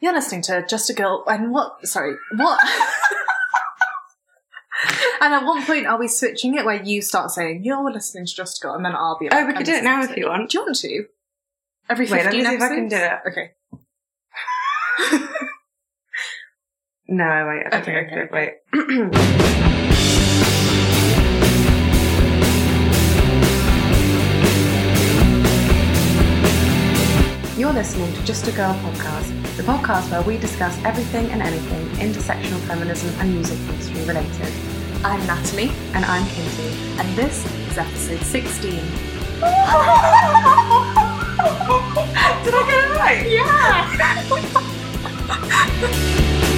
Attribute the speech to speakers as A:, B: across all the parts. A: You're listening to Just a Girl and what? Sorry, what? and at one point, are we switching it where you start saying you're listening to Just a Girl, and then I'll be like,
B: Oh, we could
A: I'm
B: do it now
A: listening
B: if you want.
A: to- Do you want to? Every
B: Wait, let me
A: 15
B: see if I can do
A: episodes? Okay.
B: No, wait. I don't
A: Okay,
B: think I
A: okay,
B: could. Wait. You're listening to Just a Girl podcast, the podcast where we discuss everything and anything intersectional feminism and music industry related.
A: I'm Natalie,
B: And I'm Katie.
A: and this is episode 16.
B: Did I get it right?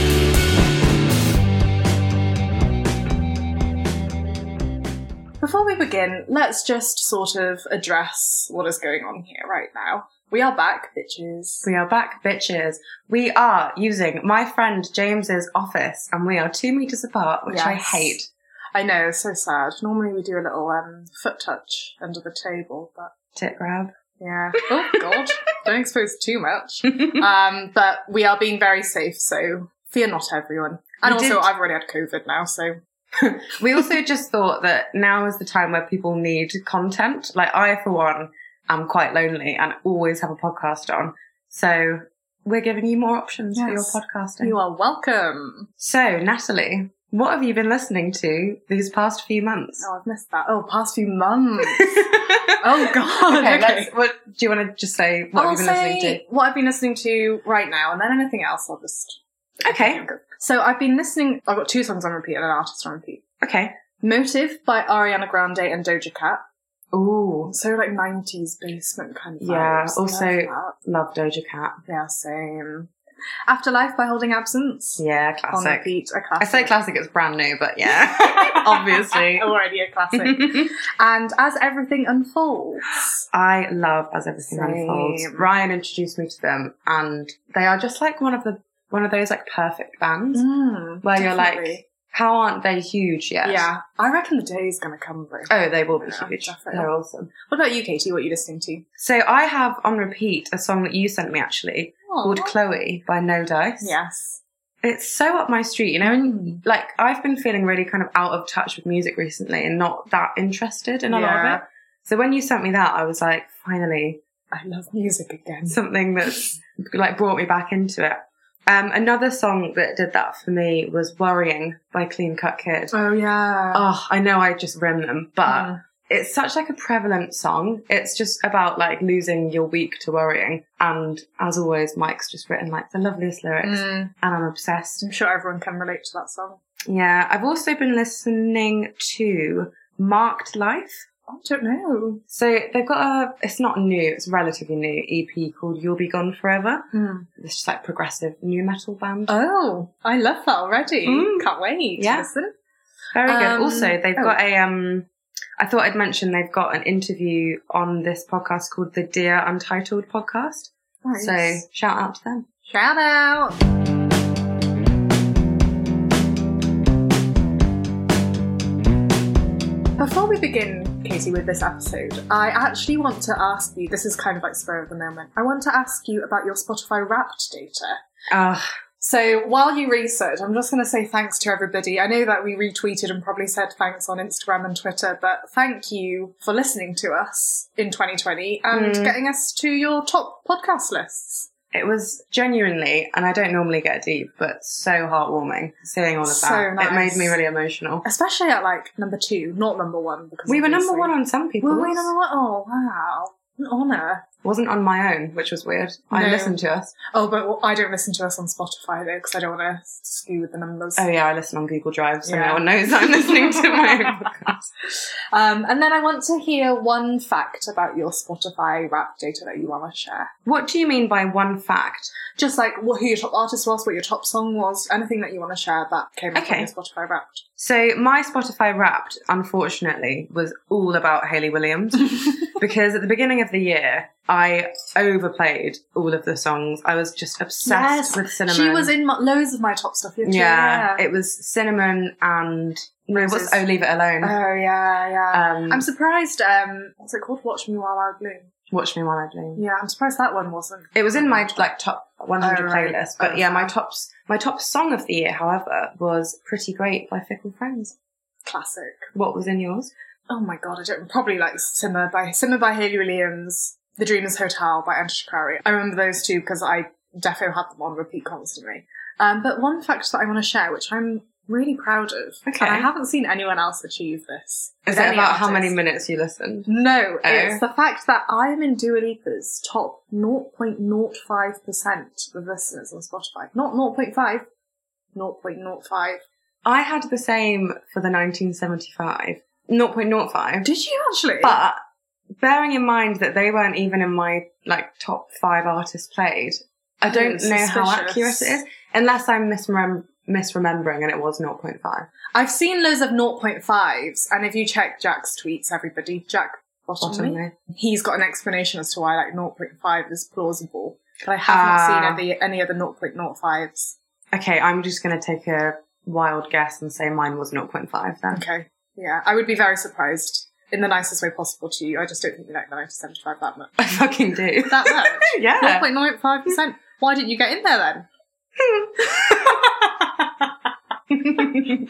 A: Before we begin, let's just sort of address what is going on here right now. We are back, bitches.
B: We are back, bitches. We are using my friend James's office, and we are two meters apart, which I
A: Yes.
B: hate.
A: I know, so sad. Normally we do a little um, foot touch under the table, but
B: Tit grab.
A: yeah. Oh god, don't expose too much. Um, but we are being very safe, so fear not, everyone. And
B: We
A: also,
B: did-
A: I've already had COVID now, so
B: we also just thought that now is the time where people need content. Like I, for one, am quite lonely and always have a podcast on. So we're giving you more options
A: Yes.
B: for your podcasting.
A: you are welcome.
B: So Natalie, what have you been listening to these past few months?
A: Oh, I've missed that. Oh, past few months. oh god.
B: okay,
A: Okay.
B: let's- what, do you want to just say what
A: I'll
B: you've been
A: say
B: listening
A: what I've been listening to right now, and then anything else, I'll just.
B: to? Okay,
A: So I've been listening. I've got two songs on repeat and an artist on repeat.
B: okay.
A: Motive by Ariana Grande and Doja Cat.
B: Ooh,
A: So like nineties basement kind of.
B: Yeah,
A: vibes.
B: also-
A: Love that.
B: love Doja Cat.
A: yeah, same. Afterlife by Holding Absence.
B: Yeah,
A: On
B: classic.
A: repeat, a
B: I
A: classic.
B: say classic, it's brand new, but yeah, obviously.
A: Already a classic. and as everything unfolds,
B: I love As Everything
A: Same.
B: Unfolds. Ryan introduced me to them, and they are just like one of the one of those like perfect bands.
A: Mm,
B: Where you're like,
A: definitely.
B: How aren't they huge yet?
A: yeah, I reckon the day is going to come through.
B: Oh, they will be
A: Yeah,
B: huge.
A: definitely.
B: They're awesome.
A: What about you, Katie? What are you listening to?
B: So I have on repeat a song that you sent me actually called Chloe by No Dice.
A: Yes.
B: It's so up my street, you know, and
A: Mm.
B: like I've been feeling really kind of out of touch with music recently and not that interested in a lot
A: Yeah.
B: of it. So when you sent me that, I was like, finally,
A: I love music again.
B: something that's like brought me back into it. Um, another song that did that for me was Worrying by Clean Cut Kid.
A: Oh yeah.
B: Oh, uh, I know I just rim them, but
A: Mm.
B: it's such like a prevalent song. It's just about like losing your week to worrying. And as always, Mike's just written like the loveliest lyrics
A: Mm.
B: and I'm obsessed.
A: I'm sure everyone can relate to that song.
B: Yeah. I've also been listening to Marked Life.
A: I don't know.
B: So they've got a, it's not new, it's relatively new EP called You'll Be Gone Forever. It's just like progressive new metal band.
A: Oh, I love that already.
B: Mm.
A: Can't wait. to
B: Yeah.
A: Listen.
B: Very
A: Um,
B: good. Also, they've
A: oh.
B: got a. Um, I thought I'd mention they've got an interview on this podcast called the Dear Untitled podcast. So shout out to them.
A: shout out. Before we begin, Katie, with this episode, I actually want to ask you. This is kind of like spur of the moment. I want to ask you about your Spotify Wrapped data.
B: Ugh,
A: So while you research, I'm just going to say thanks to everybody. I know that we retweeted and probably said thanks on Instagram and Twitter, but thank you for listening to us in 2020 and
B: Mm.
A: getting us to your top podcast lists.
B: it was genuinely, and I don't normally get deep, but so heartwarming seeing all of
A: So
B: that. It
A: nice.
B: made me really emotional.
A: Especially at like number two, not number one. Because
B: We were number
A: obviously-
B: one on some people.
A: Were we number one? Oh wow, an honor.
B: Wasn't on my own, which was weird.
A: No.
B: I listened to us.
A: Oh, but I don't listen to us on Spotify though because I don't want to skew with the numbers.
B: Oh yeah, I listen on Google Drive, so
A: Yeah.
B: no one knows I'm listening to my own podcast.
A: Um, and then I want to hear one fact about your Spotify rap data that you want to share.
B: What do you mean by one fact?
A: just like what, who your top artist was, what your top song was, anything that you want to share that came up
B: Okay.
A: on your Spotify Wrapped.
B: So my Spotify Wrapped, unfortunately, was all about Hayley Williams because at the beginning of the year I overplayed all of the songs. I was just
A: Yes,
B: obsessed with cinnamon.
A: She was in my, loads of my top stuff. Yeah,
B: yeah, it was cinnamon and no,
A: Roses.
B: what's oh leave it alone.
A: oh yeah, yeah.
B: um,
A: I'm surprised. Um, what's it called? Watch Me While I Bloom.
B: Watch Me While I Dream.
A: Yeah, I'm surprised that one wasn't.
B: It was in my like top 100
A: Oh, right.
B: playlist, but
A: Oh,
B: yeah, my tops my top song of the year, however, was "Pretty Great" by Fickle Friends.
A: Classic.
B: What was in yours?
A: Oh my god, I don't probably like Simmer by Simmer by Haley Williams, The Dreamers Hotel by Anta Shikari. I remember those two because I defo had them on repeat constantly. Um, but one fact that I want to share, which I'm really proud of,
B: Okay.
A: and I haven't seen anyone else achieve this.
B: Is it
A: Any
B: about how many
A: artist.
B: minutes you listened?
A: No,
B: Oh.
A: it's the fact that I'm in Dua Lipa's top 0.05% of listeners on Spotify. Not 0.5, 0.05.
B: I had the same for the 1975, 0.05.
A: Did you actually?
B: But bearing in mind that they weren't even in my like top five artists played, I
A: Oh,
B: don't know how accurate
A: suspicious.
B: it is, unless I'm misremem- misremembering and it was 0.5.
A: I've seen loads of 0.5s, and if you check Jack's tweets, everybody, Jack Bottomley,
B: Bottomley.
A: he's got an explanation as to why like 0.5 is plausible. But I haven't
B: Ah.
A: seen any, any other 0.05s.
B: Okay, I'm just going to take a wild guess and say mine was 0.5 then.
A: Okay, yeah, I would be very surprised in the nicest way possible to you. I just don't think you like the 1975 that much.
B: I fucking do.
A: That much.
B: yeah.
A: 0.95%. Why didn't you get in there then?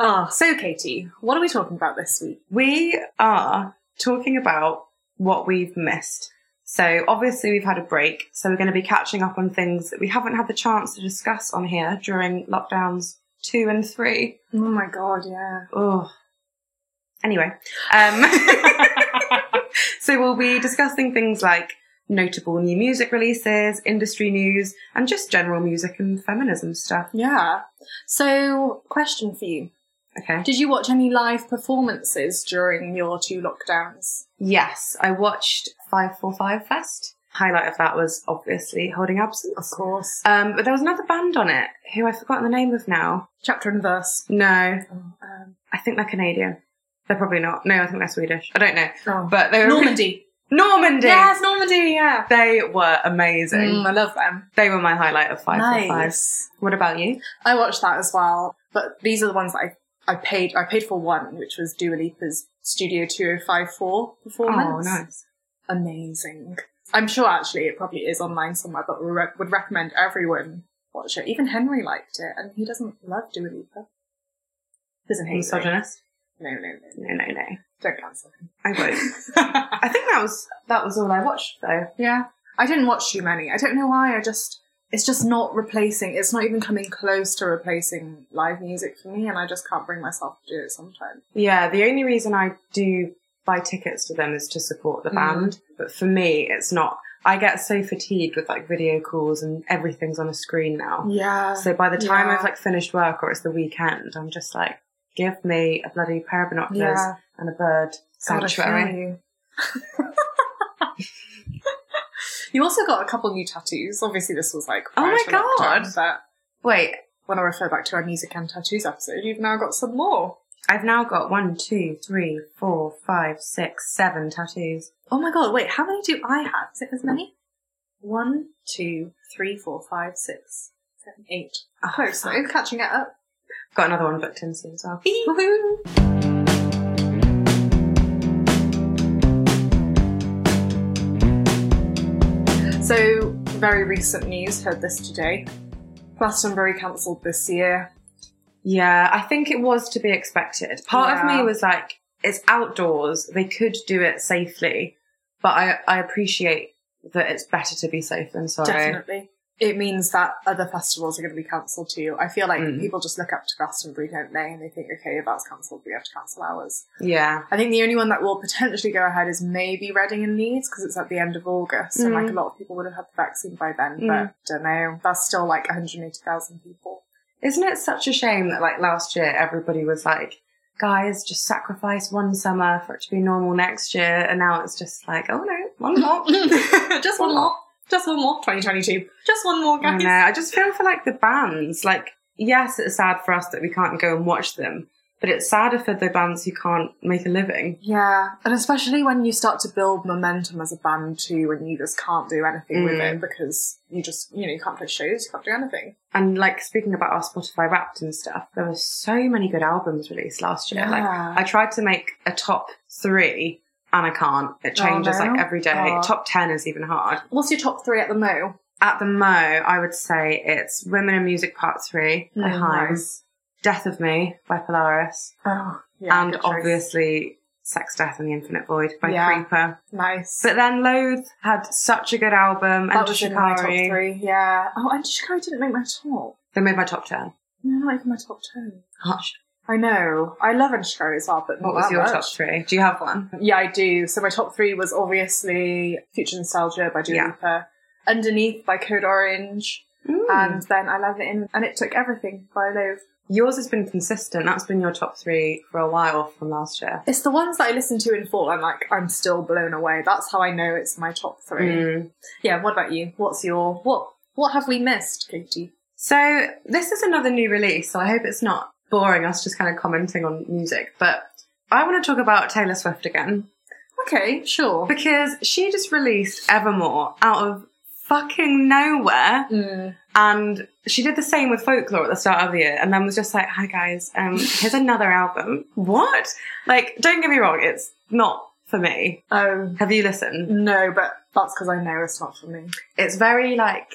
A: Ah, so Katie, what are we talking about this week?
B: we are talking about what we've missed. So obviously we've had a break, so we're going to be catching up on things that we haven't had the chance to discuss on here during lockdowns two and three.
A: Oh my god, yeah.
B: Oh. Anyway, um, so we'll be discussing things like notable new music releases, industry news, and just general music and feminism stuff.
A: Yeah. So, question for you.
B: Okay.
A: Did you watch any live performances during your two lockdowns?
B: Yes, I watched 545 Fest. Highlight of that was obviously Holding Absence.
A: course.
B: Um, but there was another band on it who I've forgotten the name of now.
A: Chapter and verse.
B: No,
A: Oh, um,
B: I think they're Canadian. They're probably not. No, I think they're Swedish. I don't know.
A: oh.
B: But they were
A: Normandy.
B: Normandy.
A: Yes, Normandy, yeah.
B: They were amazing.
A: Mm, I love them.
B: They were my highlight of 545. What about you?
A: I watched that as well, but these are the ones that I, I paid. I paid for one, which was Dua Lipa's Studio 2054
B: Oh,
A: performance.
B: nice.
A: Amazing. I'm sure actually it probably is online somewhere, but re- would recommend everyone watch it. Even Henry liked it, and he doesn't love Dua Lipa. Doesn't hate her.
B: Misogynist?
A: No, no, no.
B: No, no, no.
A: Don't cancel him.
B: I won't. I think that was that was all I watched though.
A: yeah. I didn't watch too many. I don't know why. I just, it's just not replacing, it's not even coming close to replacing live music for me, and I just can't bring myself to do it sometimes.
B: Yeah, the only reason I do buy tickets to them is to support the
A: Mm.
B: band. But for me, it's not. I get so fatigued with like video calls and everything's on a screen now.
A: Yeah.
B: So by the time
A: Yeah.
B: I've like finished work or it's the weekend, I'm just like, give me a bloody pair of binoculars
A: yeah.
B: and a bird
A: God, I feel
B: sanctuary.
A: you. you also got a couple new tattoos. Obviously, this was like
B: Oh
A: prior
B: my
A: to lockdown,
B: God.
A: But
B: Wait,
A: when I refer back to our music and tattoos episode, you've now got some more.
B: I've now got one, two, three, four, five, six, seven tattoos.
A: Oh my god! Wait, how many do I have? Is it as many? One, two, three, four, five, six, seven, eight.
B: Oh,
A: Close
B: fuck.
A: though, catching it up.
B: Got another one booked in soon as well.
A: Woohoo! So, very recent news, heard this today. Glastonbury cancelled this year.
B: Yeah, I think it was to be expected. Part of
A: Yeah.
B: me was like, it's outdoors, they could do it safely, but I, I appreciate that it's better to be safe than sorry.
A: Definitely. It means that other festivals are going to be cancelled too. I feel like
B: Mm.
A: people just look up to Glastonbury, don't they? And they think, okay, if that's cancelled, we have to cancel ours.
B: Yeah.
A: I think the only one that will potentially go ahead is maybe Reading and Leeds because it's at the end of August and like a
B: Mm.
A: lot of people would have had the vaccine by then,
B: Mm.
A: but don't know. That's still like 180,000 people.
B: Isn't it such a shame that like last year everybody was like, guys, just sacrifice one summer for it to be normal next year. And now it's just like, oh no, one more.
A: just one more. Just one more. 2022. Just one more,
B: I
A: guys.
B: know. I just feel for like the bands. Like, yes, it's sad for us that we can't go and watch them, but it's sadder for the bands who can't make a living.
A: Yeah, and especially when you start to build momentum as a band too, and you just can't do anything with
B: Mm.
A: it because you just, you know, you can't play shows, you can't do anything.
B: And like speaking about our Spotify Wrapped and stuff, there were so many good albums released last year. Like, I tried to make a top three, and I can't. It changes
A: no.
B: like every day.
A: Oh.
B: Top 10 is even hard.
A: What's your top three at the mo?
B: At the Mo, I would say it's Women in Music Part 3 by
A: Mm,
B: Himes,
A: nice.
B: Death of Me by Polaris,
A: Oh, yeah,
B: and
A: good choice.
B: obviously Sex, Death, and the Infinite Void by
A: Yeah.
B: Creeper.
A: nice.
B: But then Loathe had such a good album,
A: that
B: and
A: was in my top
B: Shikari.
A: three. Yeah. Oh, and Shikari didn't make my top.
B: They made my top 10.
A: No, not even my top ten.
B: Hush.
A: I know. I love Anshikari as well, but not
B: What was
A: Oh, that
B: your
A: much.
B: top three? Do you have one?
A: Yeah, I do. So my top three was obviously Future Nostalgia by Dua
B: Yeah.
A: Lipa, Underneath by Code Orange,
B: And
A: and then I Love It In and It Took Everything by Loathe.
B: yours has been consistent. That's been your top three for a while from last year.
A: It's the ones that I listen to in full and like I'm still blown away. That's how I know it's my top three.
B: Mm.
A: Yeah, what about you? What's your what what have we missed, Katie?
B: So this is another new release, so I hope it's not boring us just kind of commenting on music. But I want to talk about Taylor Swift again
A: Okay, sure.
B: because she just released Evermore out of fucking nowhere,
A: Mm.
B: and she did the same with Folklore at the start of the year, and then was just like, "Hi guys, um, here's another album." What? Like, don't get me wrong, it's not for me.
A: Oh
B: Have you listened?
A: no, but that's because I know it's not for me.
B: It's very like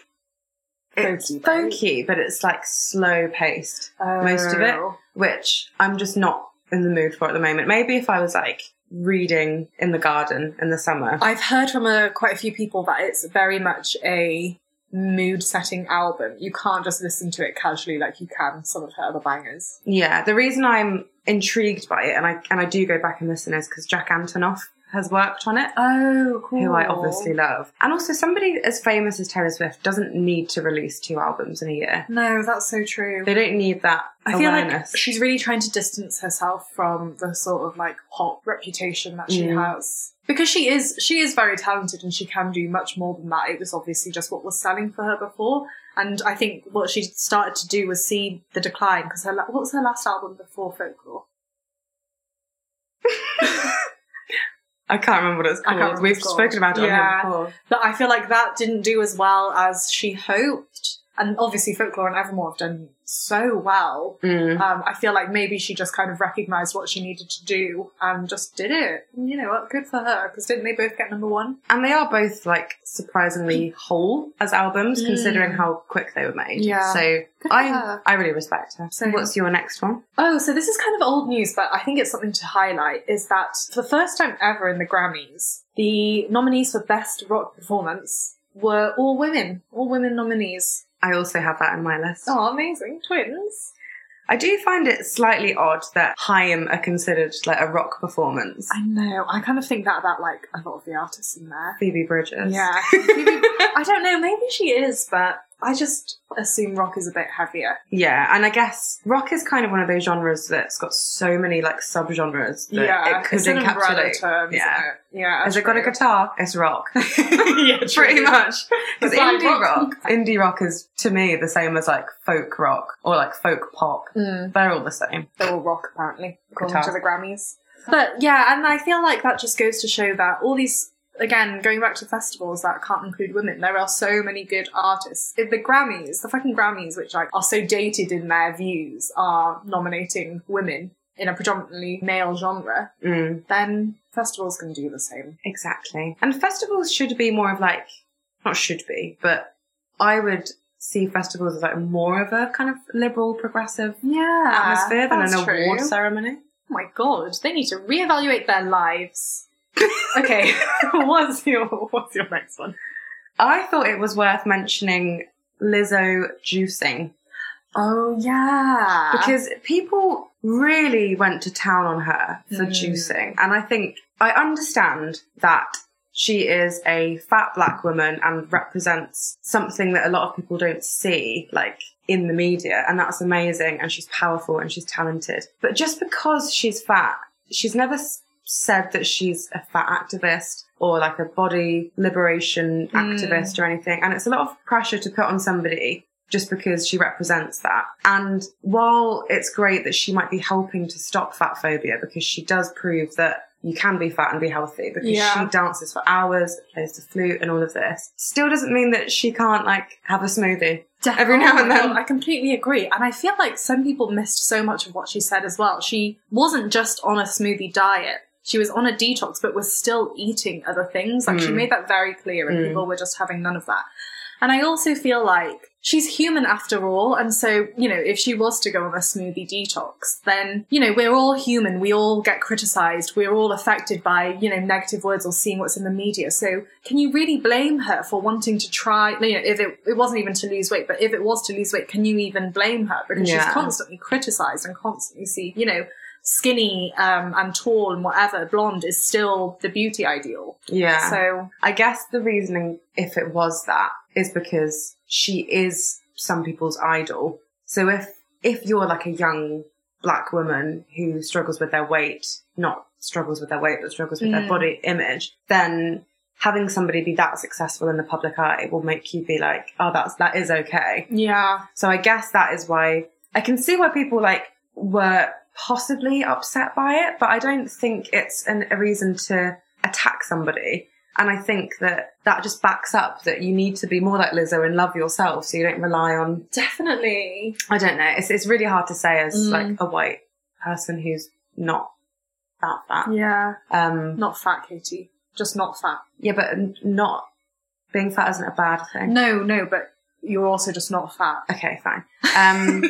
B: it's
A: Folky, right?
B: folky, but it's like slow paced. Most of it.
A: Oh.
B: which I'm just not in the mood for at the moment. Maybe if I was like reading in the garden in the summer.
A: I've heard from a, quite a few people that it's very much a mood setting album. You can't just listen to it casually like you can some of her other bangers.
B: Yeah, the reason I'm intrigued by it and I and I do go back and listen is because Jack Antonoff has worked on it.
A: Oh, cool.
B: Who I obviously love. And also, somebody as famous as Taylor Swift doesn't need to release two albums in a year.
A: No, that's so true.
B: They don't need that
A: I feel
B: awareness.
A: like she's really trying to distance herself from the sort of like pop reputation that she
B: Mm.
A: has. Because she is she is very talented and she can do much more than that. It was obviously just what was selling for her before. And I think what she started to do was see the decline because her la- what was her last album before Folklore?
B: I can't remember what it's
A: I can't
B: called.
A: remember
B: We've
A: what it's called.
B: spoken about it
A: Yeah.
B: on here before.
A: But I feel like that didn't do as well as she hoped. And obviously, Folklore and Evermore have done so well.
B: Mm.
A: Um, I feel like maybe she just kind of recognised what she needed to do and just did it. And you know what? Good for her. Because didn't they both get number one?
B: And they are both like surprisingly whole as albums,
A: Mm.
B: considering how quick they were made.
A: Yeah.
B: So
A: for
B: I
A: her.
B: I really respect her. So
A: Same.
B: what's your next one?
A: Oh, so this is kind of old news, but I think it's something to highlight is that for the first time ever in the Grammys, the nominees for Best Rock Performance were all women, all women nominees.
B: I also have that in my list.
A: Oh, amazing. Twins.
B: I do find it slightly odd that Haim are considered like a rock performance.
A: I know. I kind of think that about like a lot of the artists in there.
B: Phoebe Bridges.
A: Yeah. Phoebe- I don't know, maybe she is, but I just assume rock is a bit heavier.
B: Yeah, and I guess rock is kind of one of those genres that's got so many like subgenres that it could
A: it's an umbrella
B: encapsulate.
A: term,
B: Yeah.
A: yeah. Yeah.
B: Has it got a
A: true.
B: guitar? It's rock.
A: yeah,
B: pretty
A: true.
B: much because
A: It's like rock.
B: indie rock indie rock is to me the same as like folk rock or like folk pop
A: Mm,
B: they're all the same
A: they will rock, apparently, according to
B: Guitar.
A: the Grammys. But yeah, and I feel like that just goes to show that all these, again, going back to festivals that can't include women, there are so many good artists. If The Grammys, the fucking Grammys, which like are so dated in their views, are nominating women in a predominantly male genre.
B: Mm,
A: then festivals can do the same.
B: exactly and festivals should be more of like not should be but i would see festivals as like more of a kind of liberal progressive
A: Yeah,
B: atmosphere than an
A: that's true.
B: award ceremony
A: Oh my god, they need to reevaluate their lives. okay, what's your what's your next one?
B: i thought it was worth mentioning lizzo juicing
A: Oh yeah,
B: because people really went to town on her for
A: Mm.
B: juicing. And I think I understand that she is a fat black woman and represents something that a lot of people don't see, like in the media. And that's amazing. And she's powerful and she's talented. But just because she's fat, she's never s- said that she's a fat activist or like a body liberation
A: Mm.
B: activist or anything. And it's a lot of pressure to put on somebody just because she represents that. And while it's great that she might be helping to stop fat phobia because she does prove that you can be fat and be healthy because
A: Yeah.
B: she dances for hours, plays the flute and all of this, still doesn't mean that she can't like have a smoothie.
A: Def-
B: every now
A: oh
B: and
A: my
B: then.
A: God, I completely agree, and I feel like some people missed so much of what she said as well. She wasn't just on a smoothie diet. she was on a detox but was still eating other things. Like she
B: Mm.
A: made that very clear, and
B: Mm.
A: people were just having none of that. And I also feel like she's human after all. And so, you know, if she was to go on a smoothie detox, then, you know, we're all human. We all get criticized. We're all affected by, you know, negative words or seeing what's in the media. So can you really blame her for wanting to try, you know, if it, it wasn't even to lose weight, but if it was to lose weight, can you even blame her? Because
B: Yeah.
A: she's constantly criticized and constantly see, you know, skinny um, and tall and whatever, blonde is still the beauty ideal.
B: Yeah.
A: So
B: I guess the reasoning, if it was that, is because she is some people's idol. So if if you're like a young black woman who struggles with their weight, not struggles with their weight, but struggles with their
A: Mm.
B: body image, then having somebody be that successful in the public eye will make you be like, oh, that's that is okay.
A: yeah,
B: So I guess that is why I can see why people like were possibly upset by it, but I don't think it's an, a reason to attack somebody. And I think that that just backs up that you need to be more like Lizzo and love yourself, so you don't rely on.
A: definitely.
B: I don't know. It's it's really hard to say as
A: Mm.
B: like a white person who's not that fat.
A: Yeah,
B: Um,
A: not fat, Katie. Just not fat.
B: yeah, but n- not being fat isn't a bad thing.
A: No, no, but you're also just not fat.
B: Okay, fine. Um,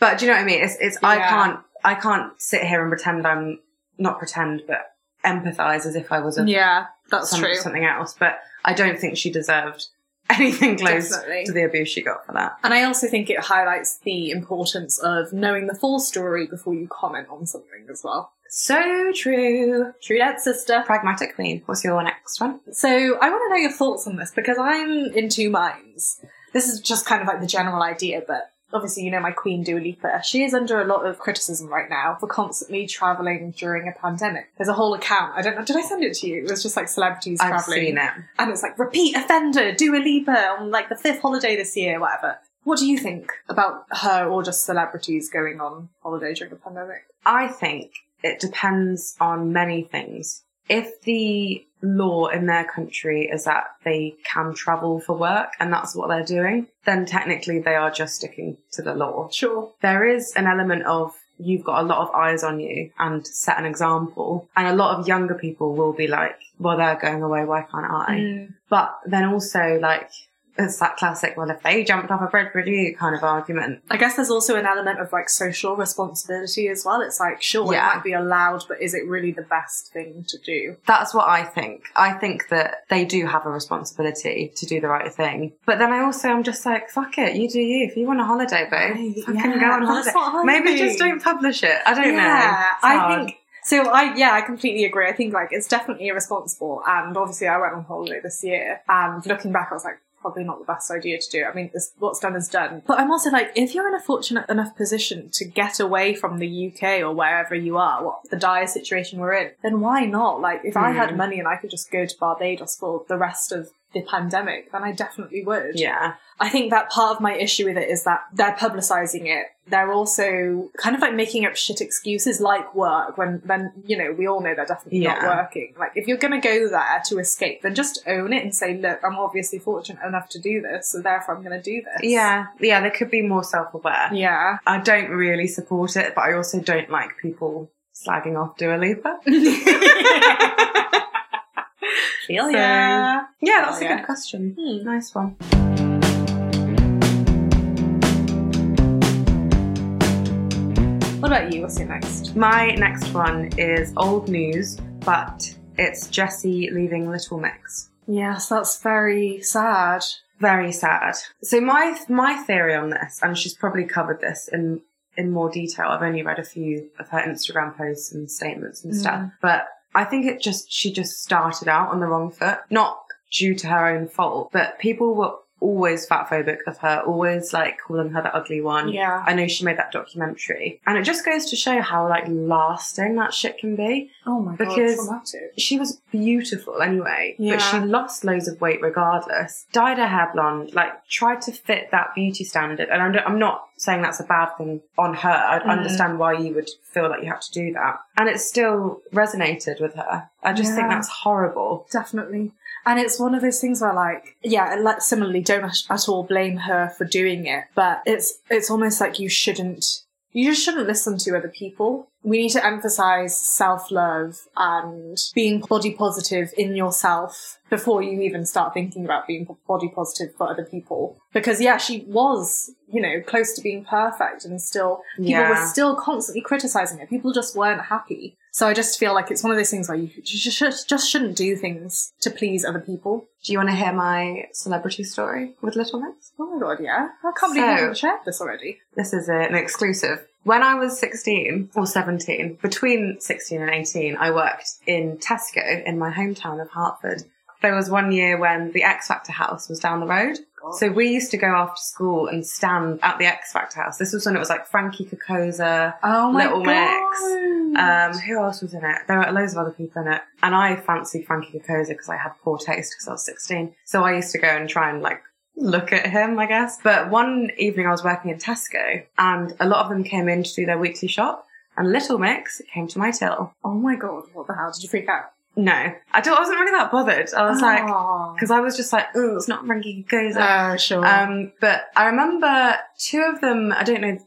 B: But do you know what I mean? It's it's I
A: Yeah.
B: can't I can't sit here and pretend I'm not pretend, but empathize as if I was a,
A: yeah, that's
B: some-
A: true.
B: something else. But I don't think she deserved anything close
A: Definitely.
B: to the abuse she got for that.
A: And I also think it highlights the importance of knowing the full story before you comment on something as well.
B: So true.
A: True that, sister.
B: Pragmatic queen. What's your next one?
A: So I want to know your thoughts on this because I'm in two minds. This is just kind of like the general idea, but obviously you know my queen Dua Lipa. She is under a lot of criticism right now for constantly traveling during a pandemic. There's a whole account. I don't know. Did I send it to you? It was just like celebrities
B: I've
A: traveling,
B: seen it.
A: and it's like repeat offender Dua Lipa on like the fifth holiday this year, whatever. What do you think about her or just celebrities going on holiday during a pandemic?
B: I think it depends on many things. If the law in their country is that they can travel for work and that's what they're doing, then technically they are just sticking to the law.
A: Sure.
B: there is an element of you've got a lot of eyes on you and set an example. And a lot of younger people will be like, well, they're going away, why can't I?
A: Mm.
B: But then also, like, it's that classic, well, if they jumped off a bridge with you kind of argument.
A: I guess there's also an element of like social responsibility as well. It's like, sure,
B: Yeah.
A: it might be allowed, but is it really the best thing to do?
B: That's what I think. I think that they do have a responsibility to do the right thing. But then I also, I'm just like, fuck it, you do you. If you want a holiday, babe,
A: Right,
B: fucking
A: yeah,
B: go on
A: that's
B: holiday.
A: what I
B: Maybe
A: think.
B: just don't publish it. I don't know.
A: yeah,
B: It's
A: I
B: hard.
A: think so. I yeah, I completely agree. I think like it's definitely irresponsible, and obviously I went on holiday this year, and looking back, I was like. Probably not the best idea to do. I mean, this, what's done is done. But I'm also like, if you're in a fortunate enough position to get away from the UK or wherever you are, what the dire situation we're in, then why not? Like, if I
B: Mm.
A: had money and I could just go to Barbados for the rest of the pandemic, then I definitely would.
B: Yeah.
A: I think that part of my issue with it is that they're publicizing it. They're also kind of like making up shit excuses like work when then, you know, we all know they're definitely not
B: Yeah.
A: working. Like if you're gonna go there to escape, then just own it and say, look, I'm obviously fortunate enough to do this, so therefore I'm gonna do this.
B: Yeah. Yeah, they could be more self aware.
A: Yeah.
B: I don't really support it, but I also don't like people slagging off Dua Lipa.
A: Feel
B: ya. Yeah, that's
A: Oh,
B: a
A: yeah.
B: good question.
A: Hmm.
B: Nice one.
A: What about you? What's your next?
B: My next one is old news, but it's Jessie leaving Little Mix.
A: Yes, that's very sad.
B: Very sad. So my my theory on this, and she's probably covered this in in more detail. I've only read a few of her Instagram posts and statements and stuff, but I think it just she just started out on the wrong foot, not due to her own fault, but people were always fatphobic of her, always like calling her the ugly one.
A: Yeah.
B: Um, I know she made that documentary, and it just goes to show how like lasting that shit can be
A: Oh my
B: Because-
A: god, traumatic.
B: she was beautiful anyway,
A: Yeah.
B: but she lost loads of weight regardless. Dyed her hair blonde, like tried to fit that beauty standard. And I'm, I'm not saying that's a bad thing on her. I'd
A: Mm.
B: understand why you would feel like you had to do that. And it still resonated with her. I just think
A: Yeah.
B: that's horrible.
A: Definitely. And it's one of those things where, like, yeah, and, like similarly, don't at- at all blame her for doing it, but it's it's almost like you shouldn't. you you just shouldn't listen to other people. We need to emphasize self love and being body positive in yourself before you even start thinking about being body positive for other people. Because, yeah, she was, you know, close to being perfect and still, people
B: Yeah.
A: were still constantly criticizing her. People just weren't happy. So I just feel like it's one of those things where you just, just, just shouldn't do things to please other people.
B: Do you want to hear my celebrity story with Little Mix?
A: Oh my god, yeah. I can't believe
B: So-
A: I haven't shared this already.
B: This is an exclusive. When I was 16 or 17, between 16 and 18, I worked in Tesco in my hometown of Hartford. There was one year when the X Factor house was down the road. So we used to go after school and stand at the X Factor house. This was when it was like Frankie Kokoza.
A: oh
B: Little Mix.
A: Uh,
B: Um, who else was in it? There were loads of other people in it. And I fancied Frankie Kokoza because I had poor taste because I was 16. So I used to go and try and like look at him, I guess. But one evening I was working in Tesco and a lot of them came in to do their weekly shop. And Little Mix came to my till.
A: oh my god, what the hell? Did you freak out?
B: No, I, don't, I wasn't really that bothered. I was like,
A: oh.
B: because I was just like, oh, it's not Frankie Kokoza.
A: Oh, sure.
B: Um, but I remember two of them. I don't know,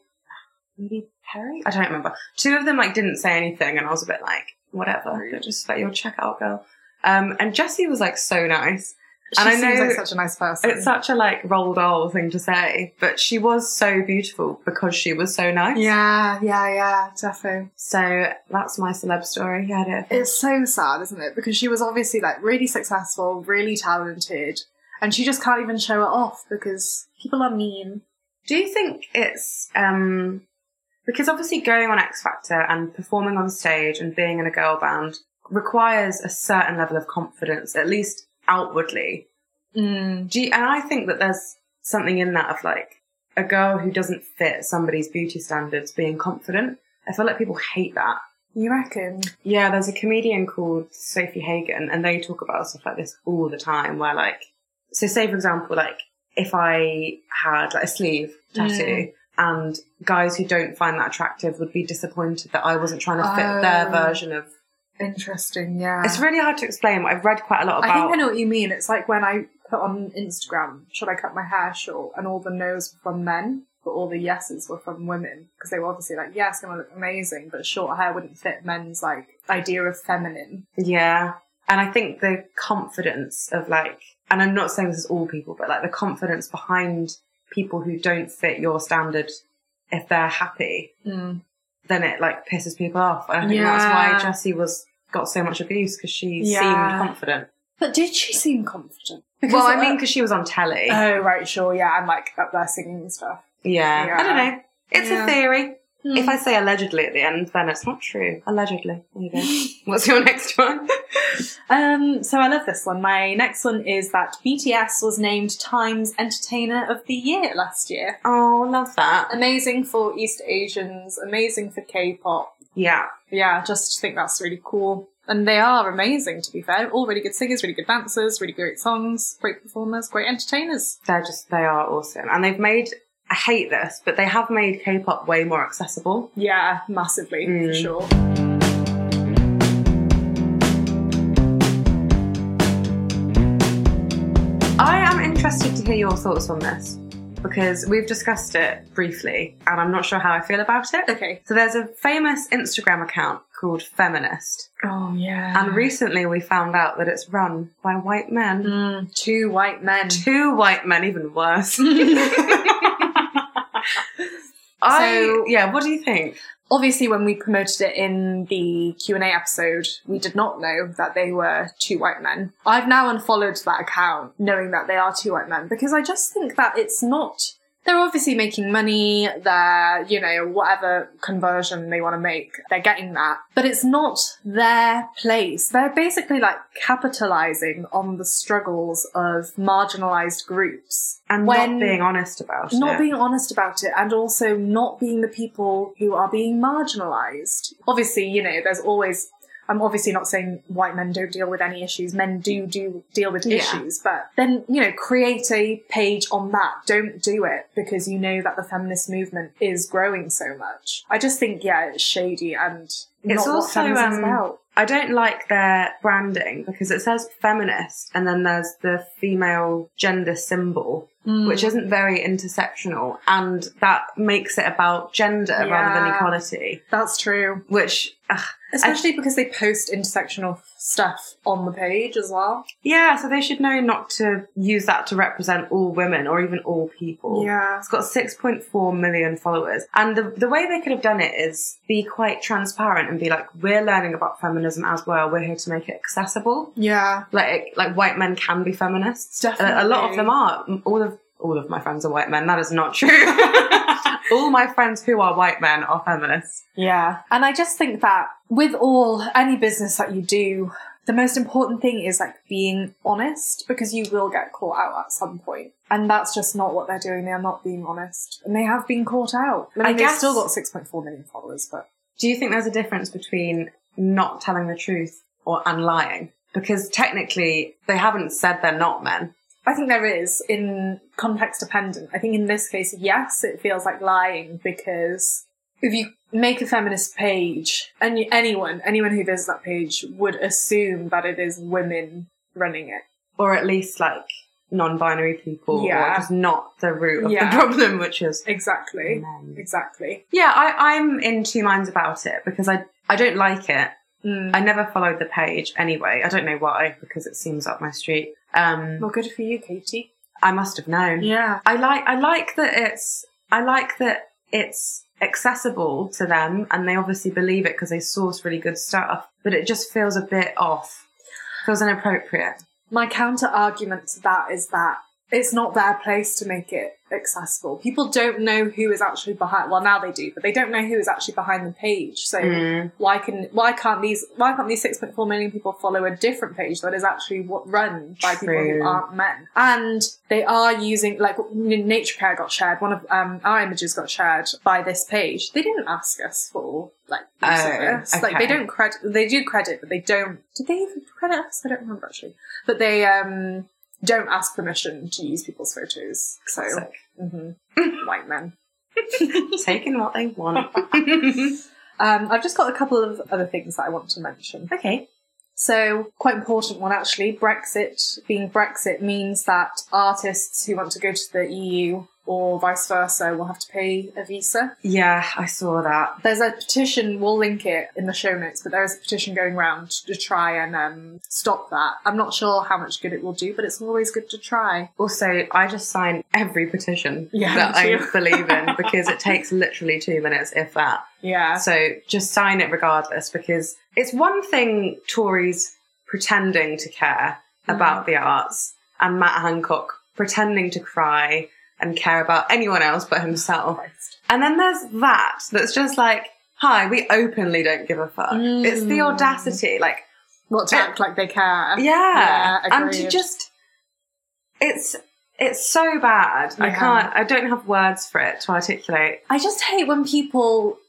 B: maybe Perry. I don't remember. Two of them like didn't say anything, and I was a bit like, whatever.
A: Rude.
B: They're just like your checkout girl. Um, and Jessie was like so nice.
A: she
B: and I
A: seems
B: know-
A: like such a nice person.
B: It's such a like roll doll thing to say, but she was so beautiful because she was so nice.
A: yeah, yeah, yeah, definitely.
B: So that's my celeb story. Yeah, I don't know.
A: It's so sad, isn't it? Because she was obviously like really successful, really talented, and she just can't even show it off because people are mean.
B: Do you think it's um because obviously going on X Factor and performing on stage and being in a girl band requires a certain level of confidence, at least outwardly.
A: Mm.
B: Do you, and I think that there's something in that of like a girl who doesn't fit somebody's beauty standards being confident. I feel like people hate that.
A: You reckon?
B: Yeah, there's a comedian called Sophie Hagen, and they talk about stuff like this all the time. Where like, so say for example, like if I had like a sleeve
A: Mm.
B: tattoo, and guys who don't find that attractive would be disappointed that I wasn't trying to fit their
A: Oh.
B: version of.
A: Interesting, yeah.
B: It's really hard to explain. I've read quite a lot about.
A: I think I know what you mean. It's like when I put on Instagram, should I cut my hair short? And all the no's were from men, but all the yeses were from women. Because they were obviously like, yeah, it's going to look amazing, but short hair wouldn't fit men's like idea of feminine.
B: Yeah. And I think the confidence of like, and I'm not saying this is all people, but like the confidence behind people who don't fit your standard, if they're happy,
A: Hmm.
B: then it like pisses people off. And I think
A: Yeah.
B: that's why Jessie was got so much abuse because she
A: Yeah.
B: seemed confident.
A: But did she seem confident?
B: well,
A: uh,
B: I mean, because she was on telly.
A: oh, right, sure, yeah, I'm like up there singing and stuff.
B: yeah.
A: yeah.
B: I don't know. It's
A: Yeah.
B: a theory. If
A: If I-
B: I say allegedly at the end, then it's not true. Allegedly. There you go. What's your next one?
A: um, so I love this one. My next one is that BTS was named Times Entertainer of the Year last year.
B: Oh, love that.
A: Amazing for East Asians, amazing for K-pop,
B: Yeah.
A: yeah, just think that's really cool. And they are amazing, to be fair. All really good singers, really good dancers, really great songs, great performers, great entertainers.
B: They're just, they are awesome. And they've made, I hate this, but they have made K pop way more accessible.
A: Yeah, massively, for
B: Mm.
A: sure.
B: I am interested to hear your thoughts on this because we've discussed it briefly and I'm not sure how I feel about it.
A: Okay.
B: So there's a famous Instagram account called Feminist,
A: Oh, yeah.
B: and recently we found out that it's run by white men.
A: Mm, two white men.
B: Two white men, even worse. I,
A: So-
B: yeah, what do you think?
A: Obviously, when we promoted it in the Q&A episode, we did not know that they were two white men. I've now unfollowed that account, knowing that they are two white men, because I just think that it's not... They're obviously making money, they're, you know, whatever conversion they want to make, they're getting that. But it's not their place. They're basically like capitalizing on the struggles of marginalized groups.
B: And
A: When-
B: not being honest about
A: Not
B: it.
A: being honest about it and also not being the people who are being marginalized. Obviously, you know, there's always I'm obviously not saying white men don't deal with any issues. Men do do deal with
B: Yeah.
A: issues, but then, you know, create a page on that. Don't do it because you know that the feminist movement is growing so much. I just think yeah, it's shady and not what
B: also,
A: feminism's
B: um,
A: about.
B: I don't like their branding because it says feminist and then there's the female gender symbol.
A: Mm.
B: which isn't very intersectional, and that makes it about gender rather than
A: Yeah.
B: equality.
A: That's true.
B: Which, ugh,
A: Especially because they post intersectional stuff on the page as well.
B: yeah, so they should know not to use that to represent all women or even all people.
A: Yeah.
B: It's got 6.4 million followers. And the, the way they could have done it is be quite transparent and be like, we're learning about feminism as well. We're here to make it accessible.
A: Yeah.
B: Like, like white men can be feminists. A- A, lot
A: Definitely.
B: of them are. All of, all of my friends are white men. That is not true. all my friends who are white men are feminists.
A: Yeah. And I just think that with all any business that you do, the most important thing is like being honest because you will get caught out at some point. And that's just not what they're doing. They are not being honest. And they have been caught out. I mean,
B: I
A: they've
B: guess-
A: still got 6.4 million followers, but
B: Do you think there's a difference between not telling the truth or and lying? Because technically, they haven't said they're not men.
A: I think there is in context dependent. I think in this case, yes, it feels like lying because if you make a feminist page, and you- anyone, anyone who visits that page would assume that it is women running it.
B: or at least like non-binary people
A: Yeah.
B: or just not the root of
A: Yeah.
B: the problem which is
A: Exactly.
B: men.
A: Exactly.
B: yeah I, i'm in two minds about it because i i don't like it
A: Mm.
B: i never followed the page anyway i don't know why because it seems up my street um
A: Well, good for you, Katie.
B: i must have known
A: Yeah.
B: i like i like that it's i like that it's accessible to them and they obviously believe it because they source really good stuff but it just feels a bit off feels inappropriate
A: My counter argument to that is that it's not their place to make it accessible. People don't know who is actually behind. Well, now they do, but they don't know who is actually behind the page. So
B: Mm.
A: why can why can't these why can't these 6.4 million people follow a different page that is actually what run by people
B: True.
A: who aren't men and they are using like N- nature care got shared one of um, our images got shared by this page they didn't ask us for like use of
B: Oh,
A: this. like they
B: okay.
A: don't credit they do credit but they don't did they even credit us I don't remember actually but they um don't ask permission to use people's photos so
B: Classic.
A: mhm. white men
B: taking what they want
A: um, I've just got a couple of other things that I want to mention
B: okay
A: So, quite important one actually. Brexit being Brexit means that artists who want to go to the EU or vice versa will have to pay a visa.
B: Yeah, I saw that.
A: There's a petition, we'll link it in the show notes, but there is a petition going round to try and um, stop that. I'm not sure how much good it will do, but it's always good to try.
B: Also, I just sign every petition
A: Yeah,
B: that
A: me
B: I
A: too.
B: believe in because it takes literally two minutes, if that.
A: Yeah.
B: So just sign it regardless because it's one thing Tories pretending to care
A: Mm-hmm.
B: about the arts and Matt Hancock pretending to cry and care about anyone else but himself.
A: Christ.
B: And then there's that that's just like, hi, we openly don't give a fuck.
A: Mm.
B: It's the audacity. Like,
A: Not to
B: Yeah.
A: act like they care.
B: yeah,
A: Yeah,
B: and to
A: agreed.
B: just it's it's so bad i
A: Yeah.
B: can't i don't have words for it to articulate
A: I just hate when people,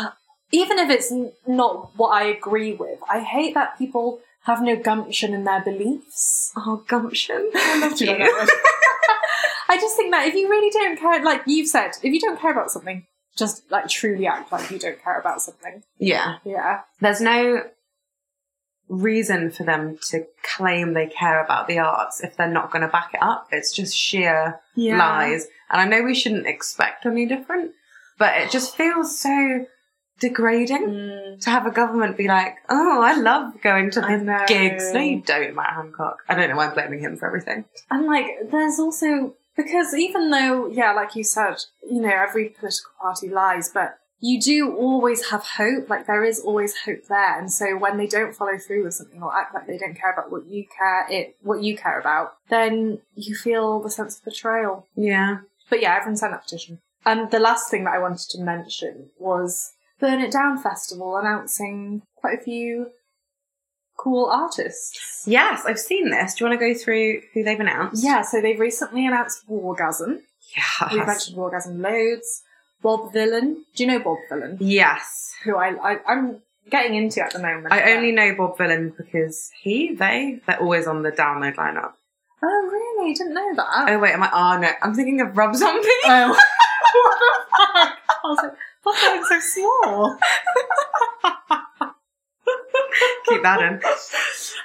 A: even if it's n- not what I agree with, I hate that people have no gumption in their beliefs.
B: oh gumption
A: Do you know that word? I just think that if you really don't care, like you've said, if you don't care about something, just like truly act like you don't care about something.
B: yeah
A: Yeah.
B: there's no reason for them to claim they care about the arts if they're not going to back it up it's just sheer lies and i know we shouldn't expect any different but it just feels so degrading
A: Mm,
B: to have a government be like, oh, I love going to
A: I know.
B: the gigs. No, you don't, Matt Hancock. I don't know why I'm blaming him for everything.
A: And like, there's also, because even though, yeah, like you said, you know, every political party lies, but you do always have hope. Like, there is always hope there. And so when they don't follow through with something or act like they don't care about what you care, it, what you care about, then you feel the sense of betrayal.
B: Yeah.
A: But yeah, everyone signed that petition. And the last thing that I wanted to mention was Burn It Down Festival announcing quite a few cool artists.
B: Yes, I've seen this. Do you want to go through who they've announced?
A: Yeah, so they've recently announced Wargasm. We've
B: Yes.
A: mentioned Wargasm loads. Bob Villain. Do you know Bob Villain?
B: Yes.
A: Who I, I I'm getting into at the moment.
B: I only know Bob Villain because he, they, they're always on the download lineup.
A: Oh really? Didn't know that.
B: Oh, wait, am I? Oh, no. I'm thinking of Rob Zombie.
A: Oh. what the fuck? I was like, Bob Dylan's so small.
B: Keep that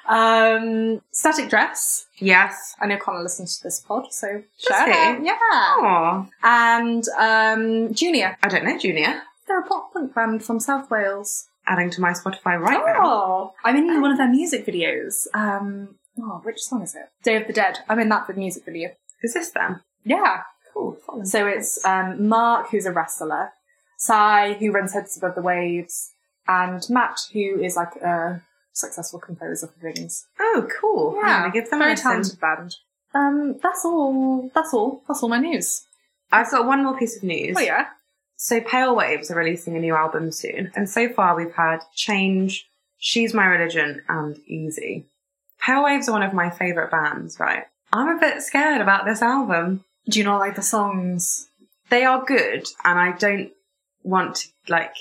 B: in.
A: Um, Static Dress.
B: Yes.
A: I know Connor listens to this pod, so
B: Does
A: shout
B: he?
A: out. Yeah.
B: Oh,
A: And um, Junior.
B: I don't know, Junior.
A: They're a pop punk band from South Wales.
B: Adding to my Spotify right now.
A: Oh, I'm in one of their music videos. Um, oh, which song is it? Day of the Dead. I'm in that music video.
B: Is this them?
A: Yeah.
B: Cool. follow them.
A: So it's um, Mark, who's a wrestler, Sai, who runs Heads Above the Waves, and Matt, who is like a successful composer for things.
B: Oh, cool. I'm
A: Yeah,
B: gonna give them a
A: Very
B: listen.
A: talented band. Um, that's all. That's all. That's all my news.
B: I've got one more piece of news.
A: Oh yeah.
B: So Pale Waves are releasing a new album soon, and so far we've had Change, She's My Religion, and Easy. Pale Waves are one of my favourite bands, right? I'm a bit scared about this album.
A: Do you not like the songs?
B: They are good, and I don't want to like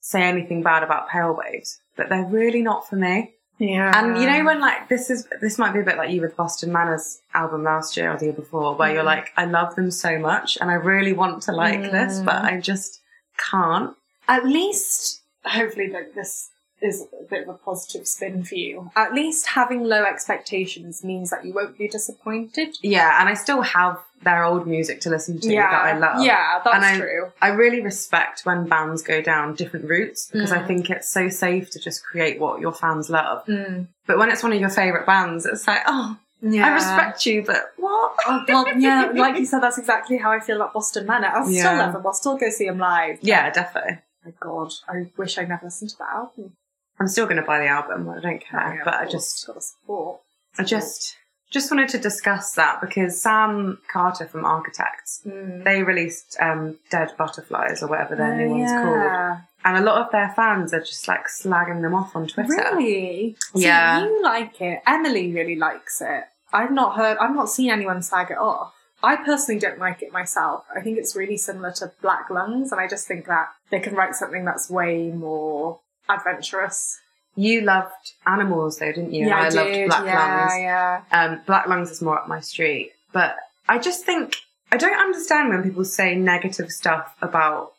B: say anything bad about Pale Waves, but they're really not for me.
A: Yeah.
B: And you know when like this is this might be a bit like you with Boston Manners album last year or the year before, where you're
A: Mm.
B: like, I love them so much and I really want to like this,
A: Mm.
B: but I just can't.
A: at least hopefully like this is a bit of a positive spin for you. At least having low expectations means that you won't be disappointed.
B: Yeah, and I still have their old music to listen to that I love.
A: Yeah, that's
B: And I-
A: true.
B: I really respect when bands go down different routes because I
A: Mm.
B: think it's so safe to just create what your fans love.
A: Mm.
B: But when it's one of your favourite bands, it's like, oh,
A: Yeah.
B: I respect you, but what?
A: Oh, well, yeah, like you said, that's exactly how I feel about Boston Manor. I'll still
B: Yeah.
A: love them. I'll still go see them live.
B: Yeah, definitely.
A: My God, I wish I never listened to that album.
B: I'm still going to buy the album. I don't care.
A: Yeah,
B: but
A: of
B: I
A: course,
B: just,
A: got the support.
B: I just, just wanted to discuss that because Sam Carter from Architects,
A: Mm.
B: they released um, Dead Butterflies or whatever their new
A: Oh,
B: one's called,
A: yeah.
B: and a lot of their fans are just like slagging them off on Twitter.
A: Really?
B: uh, Yeah.
A: So you like it. Emily really likes it. I've not heard, I've not seen anyone slag it off. I personally don't like it myself. I think it's really similar to Black Lungs, and I just think that they can write something that's way more adventurous.
B: You loved animals though, didn't you? And I, loved Black
A: yeah,
B: Lungs.
A: Yeah,
B: Um, Black Lungs is more up my street. But I just think I don't understand when people say negative stuff about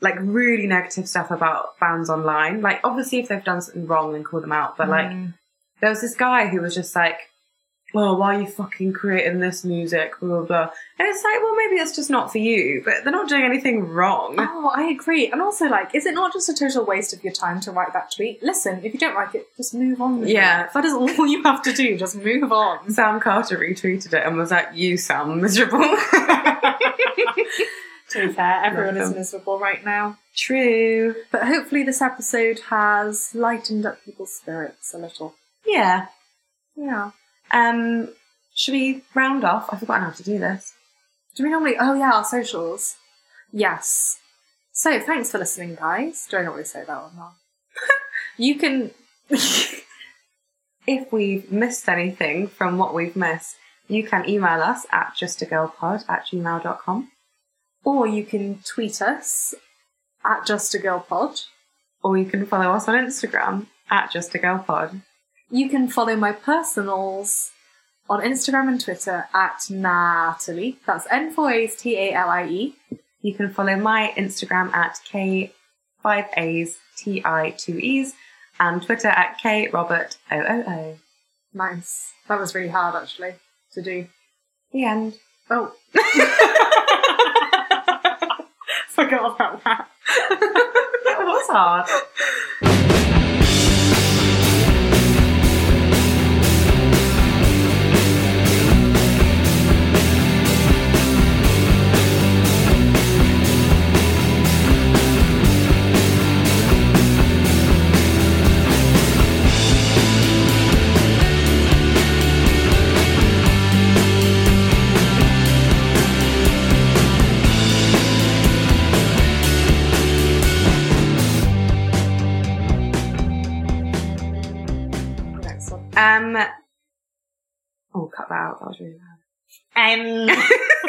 B: like really negative stuff about bands online. Like obviously if they've done something wrong then call them out. But like
A: Mm.
B: there was this guy who was just like, Oh, why are you fucking creating this music? Blah blah blah. And it's like, well maybe it's just not for you, but they're not doing anything wrong.
A: Oh, I agree. And also, like, is it not just a total waste of your time to write that tweet? Listen, if you don't like it, just move on. with
B: Yeah.
A: it. that is all you have to do. Just move on.
B: Sam Carter retweeted it and was like, You sound miserable.
A: To be fair, everyone is
B: them.
A: miserable right now.
B: True.
A: But hopefully, this episode has lightened up people's spirits a little.
B: Yeah.
A: Yeah.
B: Um, should we round off? I've forgotten how to do this.
A: Do we normally? Oh, yeah, our socials. Yes. So, thanks for listening, guys. Do I not really say that one now? you can.
B: If we've missed anything from what we've missed, you can email us at justagirlpod at gmail.com
A: or you can tweet us at Just a Girl Pod.
B: or you can follow us on Instagram at justagirlpod.
A: You can follow my personals on Instagram and Twitter at Natalie. That's N 4 A's T A L I E.
B: You can follow my Instagram at K5AsTi2Es and Twitter at KRobert000.
A: Nice. That was really hard actually to do.
B: The end.
A: Oh. Forgot about that.
B: That was hard.
A: Next one.
B: Um, oh, cut that out. That was really loud.
A: Um.